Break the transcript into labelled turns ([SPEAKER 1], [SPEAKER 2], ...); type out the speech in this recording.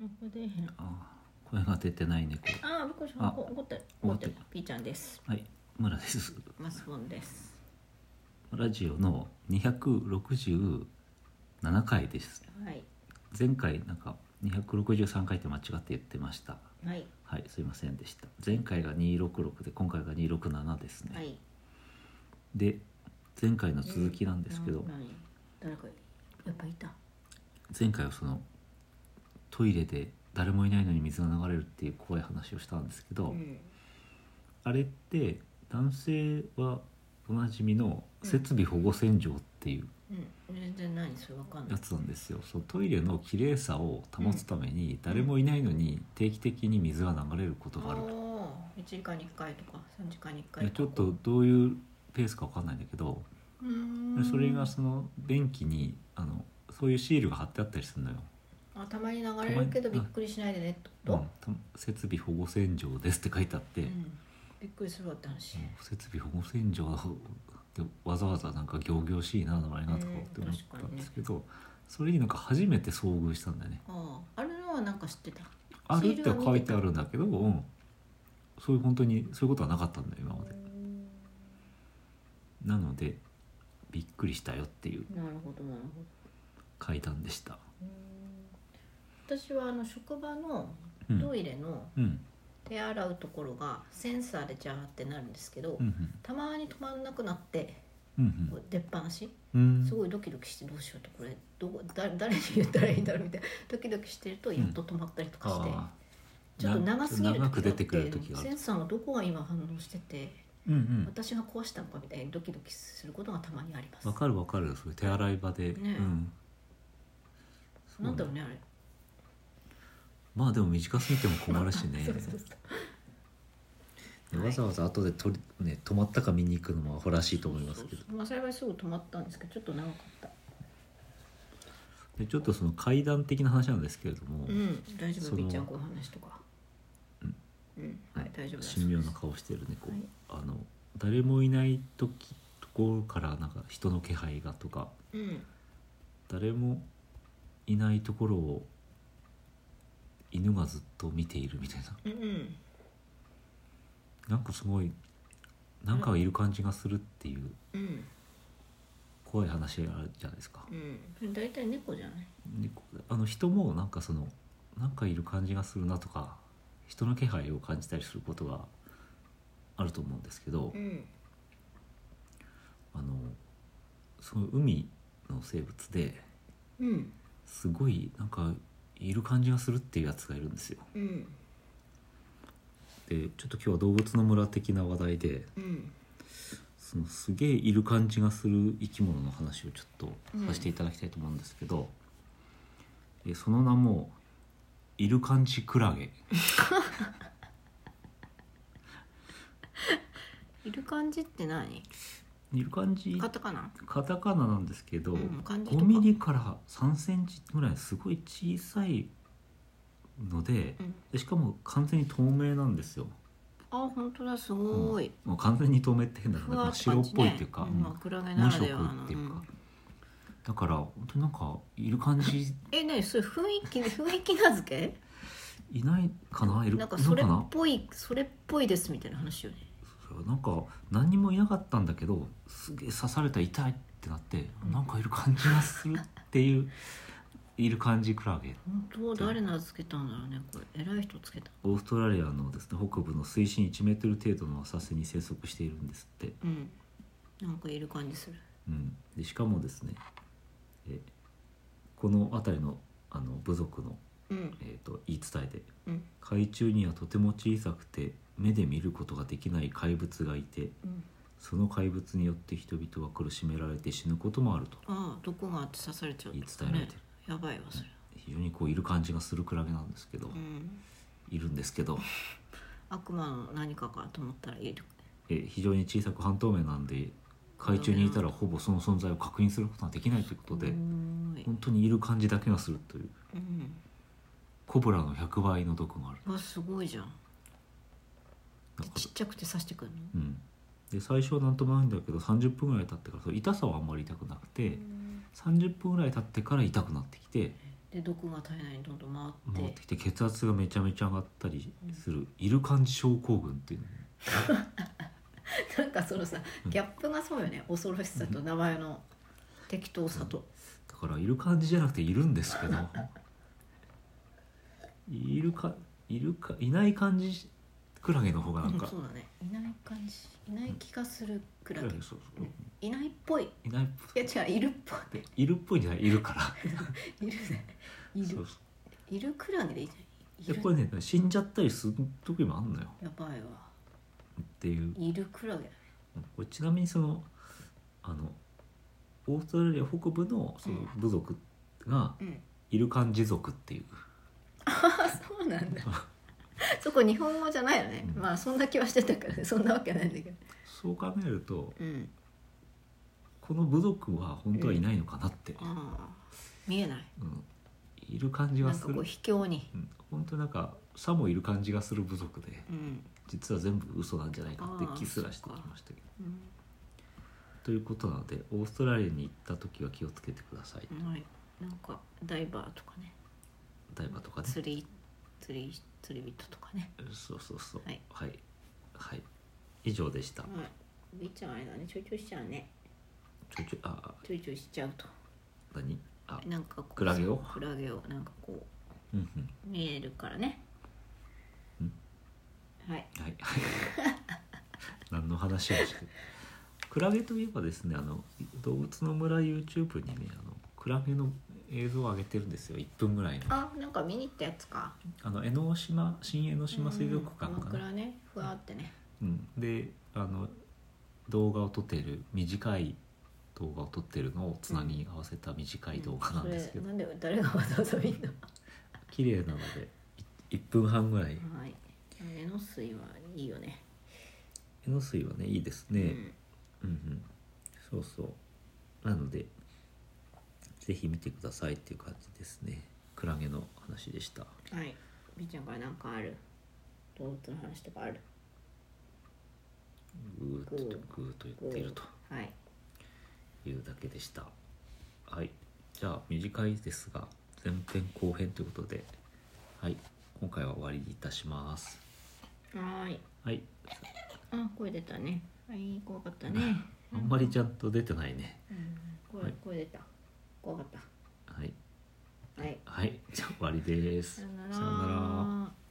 [SPEAKER 1] これ出えへん
[SPEAKER 2] あー声が出てない猫
[SPEAKER 1] あーびっくりした
[SPEAKER 2] あ
[SPEAKER 1] 怒怒ってる怒ってる
[SPEAKER 2] 怒っ
[SPEAKER 1] ピーちゃんです
[SPEAKER 2] はい村です
[SPEAKER 1] マスボンです
[SPEAKER 2] ラジオの267回です
[SPEAKER 1] はい
[SPEAKER 2] 前回なんか263回って間違って言ってました
[SPEAKER 1] はい
[SPEAKER 2] はいすいませんでした前回が266で今回が267ですね、
[SPEAKER 1] はい
[SPEAKER 2] で前回の続きなんですけど、
[SPEAKER 1] な何誰かやっぱいた
[SPEAKER 2] 前回はそのトイレで誰もいないのに水が流れるっていう怖い話をしたんですけど、
[SPEAKER 1] うん
[SPEAKER 2] あれって男性はおなじみの設備保護洗浄っていう
[SPEAKER 1] うん全然何それわかんな
[SPEAKER 2] や
[SPEAKER 1] い
[SPEAKER 2] つなんですよ、そのトイレの綺麗さを保つために誰もいないのに定期的に水が流れること
[SPEAKER 1] あ
[SPEAKER 2] があると、
[SPEAKER 1] あ1時間に1回とか3時間に1
[SPEAKER 2] い
[SPEAKER 1] 回
[SPEAKER 2] やちょ
[SPEAKER 1] と
[SPEAKER 2] っ
[SPEAKER 1] か
[SPEAKER 2] とどういうペースかわかんないんだけど、
[SPEAKER 1] うーん
[SPEAKER 2] それがその便器にあのそういうシールが貼ってあったりするのよ、
[SPEAKER 1] あたまに流れるけど
[SPEAKER 2] た
[SPEAKER 1] び
[SPEAKER 2] ま
[SPEAKER 1] っ
[SPEAKER 2] に
[SPEAKER 1] くりしないでねって
[SPEAKER 2] う
[SPEAKER 1] こ
[SPEAKER 2] んた設備保護洗浄ですって書いてあって、
[SPEAKER 1] と、うん、びっくりするわって話、
[SPEAKER 2] 設備保護洗浄ってわざわざなんか仰々しいな名前がとかって思ったんですけど、それになんか初めて遭遇したんだよね。
[SPEAKER 1] あああるのはなんか知ってた
[SPEAKER 2] ある
[SPEAKER 1] シー
[SPEAKER 2] って
[SPEAKER 1] ルは見てた
[SPEAKER 2] 書いてあるんだけど、うん、そういう本当にそういうことはなかったんだよ今まで。なのでびっくりしたよっていう
[SPEAKER 1] なるほどなるほど
[SPEAKER 2] 階段でした。
[SPEAKER 1] 私はあの職場の
[SPEAKER 2] うん、
[SPEAKER 1] トイレの
[SPEAKER 2] うん
[SPEAKER 1] 手洗うところがセンサーでジャーってなるんですけど、
[SPEAKER 2] うん
[SPEAKER 1] たまに止まんなくなって
[SPEAKER 2] うん
[SPEAKER 1] こう出っ放し
[SPEAKER 2] うん
[SPEAKER 1] すごいドキドキしてどうしようとこれどこだ誰に言ったらいいんだろうみたいな ドキドキしてるとやっと止まったりとかして、
[SPEAKER 2] あー
[SPEAKER 1] ちょっと長すぎる
[SPEAKER 2] 長く
[SPEAKER 1] 時が
[SPEAKER 2] 出てくる
[SPEAKER 1] あっ
[SPEAKER 2] 時
[SPEAKER 1] て
[SPEAKER 2] があ
[SPEAKER 1] セ
[SPEAKER 2] る
[SPEAKER 1] ンサーのどこが今反応してて、
[SPEAKER 2] うんうん
[SPEAKER 1] 私が壊したのかみたいにドキドキすることがたまにあります
[SPEAKER 2] わかるわかるそれ手洗い場で、
[SPEAKER 1] ね
[SPEAKER 2] うんそう
[SPEAKER 1] なんだろうねあれ
[SPEAKER 2] まあでも短すぎても困るしね
[SPEAKER 1] そうそうそう
[SPEAKER 2] でわざわざ後で取り、ね、止まったか見に行くのもアホらしいと思います
[SPEAKER 1] そ
[SPEAKER 2] けど
[SPEAKER 1] うそうそうまあ幸いすぐ止まったんですけどちょっと長かった
[SPEAKER 2] でちょっとその階段的な話なんですけれども、
[SPEAKER 1] うん大丈
[SPEAKER 2] そ
[SPEAKER 1] 夫
[SPEAKER 2] の
[SPEAKER 1] みっちゃんこの話とかうんはい大丈夫です
[SPEAKER 2] 神妙な顔してる猫、
[SPEAKER 1] はい
[SPEAKER 2] あの誰もいない時ところからなんか人の気配がとか
[SPEAKER 1] うん
[SPEAKER 2] 誰もいないところを犬がずっと見ているみたいな
[SPEAKER 1] うんうん
[SPEAKER 2] なんかすごいなんかがいる感じがするっていう
[SPEAKER 1] うん
[SPEAKER 2] 怖い話があるじゃないですか、
[SPEAKER 1] うん大体猫じゃない
[SPEAKER 2] 猫あの人もなんかそのなんかいる感じがするなとか人の気配を感じたりすることがあると思うんですけど、
[SPEAKER 1] うん
[SPEAKER 2] あのその海の生物で
[SPEAKER 1] うん
[SPEAKER 2] すごいなんかいる感じがするっていうやつがいるんですよ。
[SPEAKER 1] うん
[SPEAKER 2] でちょっと今日は動物の村的な話題で
[SPEAKER 1] うん
[SPEAKER 2] そのすげえいる感じがする生き物の話をちょっとさせていただきたいと思うんですけど、えその名もイルカンチクラゲ。
[SPEAKER 1] いる感じって何
[SPEAKER 2] イルカンチ
[SPEAKER 1] カタカナ
[SPEAKER 2] カタカナなんですけど、
[SPEAKER 1] うん漢字とか
[SPEAKER 2] 5ミリから3センチぐらいすごい小さいので
[SPEAKER 1] うん
[SPEAKER 2] でしかも完全に透明なんですよ
[SPEAKER 1] あ本当だすごい
[SPEAKER 2] もう完全に透明って変だな
[SPEAKER 1] ふわ
[SPEAKER 2] なん
[SPEAKER 1] っ
[SPEAKER 2] か
[SPEAKER 1] て
[SPEAKER 2] 白
[SPEAKER 1] 感
[SPEAKER 2] っ
[SPEAKER 1] じ
[SPEAKER 2] ぽい
[SPEAKER 1] ね
[SPEAKER 2] っていうか、
[SPEAKER 1] んまあクラゲ
[SPEAKER 2] うん
[SPEAKER 1] な
[SPEAKER 2] 無
[SPEAKER 1] ら
[SPEAKER 2] 色
[SPEAKER 1] では
[SPEAKER 2] っ
[SPEAKER 1] の
[SPEAKER 2] ていうか、
[SPEAKER 1] うん
[SPEAKER 2] だから本当なんかいる感じ
[SPEAKER 1] え何それ雰囲気雰囲気名付
[SPEAKER 2] いないかない
[SPEAKER 1] け
[SPEAKER 2] る
[SPEAKER 1] なんか
[SPEAKER 2] いる
[SPEAKER 1] それっ
[SPEAKER 2] かな
[SPEAKER 1] ぽいそれっぽいですみたいな話よね
[SPEAKER 2] そうなんか何にもいなかったんだけどすげえ刺された痛いってなってなんかいる感じがするっていういる感じクラゲ
[SPEAKER 1] 本当誰名付けたんだろうねこれ偉い人つけた
[SPEAKER 2] オーストラリアのですね北部の水深1メートル程度の浅瀬に生息しているんですって、
[SPEAKER 1] うんなんかいる感じする
[SPEAKER 2] うん、でしかもですねえこの辺りのあの部族の、
[SPEAKER 1] うん
[SPEAKER 2] えー、と言い伝えで
[SPEAKER 1] うん
[SPEAKER 2] 海中にはとても小さくて目で見ることができない怪物がいて
[SPEAKER 1] うん
[SPEAKER 2] その怪物によって人々は苦しめられて死ぬこともあると
[SPEAKER 1] ああ毒があって刺されちゃう
[SPEAKER 2] 言い伝えられてる、
[SPEAKER 1] やばいわそれ
[SPEAKER 2] 非常にこういる感じがするクラゲなんですけど、
[SPEAKER 1] うん
[SPEAKER 2] いるんですけど、
[SPEAKER 1] 悪魔の何かかと思ったらいる
[SPEAKER 2] え非常に小さく半透明なんで海中にいたらほぼその存在を確認することができないということで、
[SPEAKER 1] すごい
[SPEAKER 2] 本当にいる感じだけがするという
[SPEAKER 1] うん
[SPEAKER 2] コブラの100倍の毒がある
[SPEAKER 1] わすごいじゃん
[SPEAKER 2] だ
[SPEAKER 1] で
[SPEAKER 2] か
[SPEAKER 1] ちっちゃくて刺してくるの
[SPEAKER 2] ら、うん、で最初はなんともないんだけど30分ぐらい経ってからその痛さはあんまり痛くなくて、30分ぐらい経ってから痛くなってきて
[SPEAKER 1] で毒が体内にどんどん回
[SPEAKER 2] 回
[SPEAKER 1] っ
[SPEAKER 2] っててきて血圧がめちゃめちゃ上がったりする、イルカンジ症候群っていうのね
[SPEAKER 1] なんかそのさギャップがそうよね恐ろしさと名前の適当さと、
[SPEAKER 2] だからいる感じじゃなくているんですけどいるかいるかいない感じクラゲの方がなん
[SPEAKER 1] うん
[SPEAKER 2] か、
[SPEAKER 1] そうだねいない感じいない気がするくらい、
[SPEAKER 2] クラゲそうそう
[SPEAKER 1] いないっぽいい
[SPEAKER 2] いないっ
[SPEAKER 1] や違ういるっぽ
[SPEAKER 2] ぽいいるっぽいんじゃないいるから
[SPEAKER 1] いいるねい
[SPEAKER 2] そ
[SPEAKER 1] る
[SPEAKER 2] うそう
[SPEAKER 1] いるクラゲでいいじゃん
[SPEAKER 2] で
[SPEAKER 1] いる
[SPEAKER 2] これね死んじゃったりする時もあんのよ
[SPEAKER 1] やばいわ
[SPEAKER 2] っていう
[SPEAKER 1] いるクラゲだね
[SPEAKER 2] これちなみにそのあのオーストラリア北部のその
[SPEAKER 1] うん
[SPEAKER 2] 部族が
[SPEAKER 1] うん
[SPEAKER 2] イルカンジ族っていう
[SPEAKER 1] あそうなん だそこ日本語じゃないよね、
[SPEAKER 2] うん
[SPEAKER 1] まあそんな気はしてたからねそ んなわけないんだけど
[SPEAKER 2] そう考えると
[SPEAKER 1] うん
[SPEAKER 2] この部族は本当はいないのかなって、
[SPEAKER 1] ああ見えない
[SPEAKER 2] うん、いる感じ
[SPEAKER 1] な
[SPEAKER 2] が
[SPEAKER 1] ん
[SPEAKER 2] す
[SPEAKER 1] か
[SPEAKER 2] る
[SPEAKER 1] こう卑怯に
[SPEAKER 2] うん、本当なんかさもいる感じがする部族で
[SPEAKER 1] うん、
[SPEAKER 2] 実は全部嘘なんじゃないかって気すらしてき
[SPEAKER 1] あー
[SPEAKER 2] ましたけど
[SPEAKER 1] う
[SPEAKER 2] ということなのでオーストラリアに行った時は気をつけてください、
[SPEAKER 1] ん、はいなんかダイバーとかね
[SPEAKER 2] ダイバーとかね
[SPEAKER 1] 釣り釣り釣り人とかね
[SPEAKER 2] そうそうそう
[SPEAKER 1] はい
[SPEAKER 2] はい、はい以上でした
[SPEAKER 1] はいビーちゃんあれだねちょいちょいしちゃうね
[SPEAKER 2] ちょいちょいああ
[SPEAKER 1] ちょいちょいしちゃうと
[SPEAKER 2] 何あ
[SPEAKER 1] なんかこう
[SPEAKER 2] クラゲを
[SPEAKER 1] クラゲをなんかこ
[SPEAKER 2] うんうん
[SPEAKER 1] う見えるからね
[SPEAKER 2] うん
[SPEAKER 1] はい
[SPEAKER 2] はいはい何の話をしてるクラゲといえばですねあの動物の村 YouTube にねあのクラゲの映像を上げてるんですよ1分ぐらいの
[SPEAKER 1] あなんか見に行ったやつか
[SPEAKER 2] あの江ノ島新江ノ島水族館
[SPEAKER 1] うん鎌
[SPEAKER 2] かな、
[SPEAKER 1] 倉ねふわってね
[SPEAKER 2] うん、であの動画を撮っている短い動画を撮っているのをつなぎ合わせた短い動画なんです
[SPEAKER 1] そ
[SPEAKER 2] けど、
[SPEAKER 1] れなんで誰がわざわざ見んの
[SPEAKER 2] 綺麗なので1分半ぐらい
[SPEAKER 1] はい目の水はいいよね
[SPEAKER 2] 江ノ水はねいいです
[SPEAKER 1] う
[SPEAKER 2] ね、
[SPEAKER 1] ん
[SPEAKER 2] うん、うんそうそうなのでぜひ見てくださいっていう感じですねクラゲの話でした
[SPEAKER 1] はいみーちゃんからなんかある動物の話とかある
[SPEAKER 2] グーッとグーッと言っていると
[SPEAKER 1] はい
[SPEAKER 2] いうだけでしたはいじゃあ短いですが前編後編ということではい今回は終わりにいたします
[SPEAKER 1] はーい
[SPEAKER 2] はい
[SPEAKER 1] あ声出たねはい怖かったね
[SPEAKER 2] あんまりちゃんと出てないね
[SPEAKER 1] うん
[SPEAKER 2] は
[SPEAKER 1] 声
[SPEAKER 2] い
[SPEAKER 1] 声出た怖かっ
[SPEAKER 2] はい
[SPEAKER 1] たはい
[SPEAKER 2] はいじゃあ終わりで
[SPEAKER 1] さ
[SPEAKER 2] す
[SPEAKER 1] よ
[SPEAKER 2] さよなら
[SPEAKER 1] なら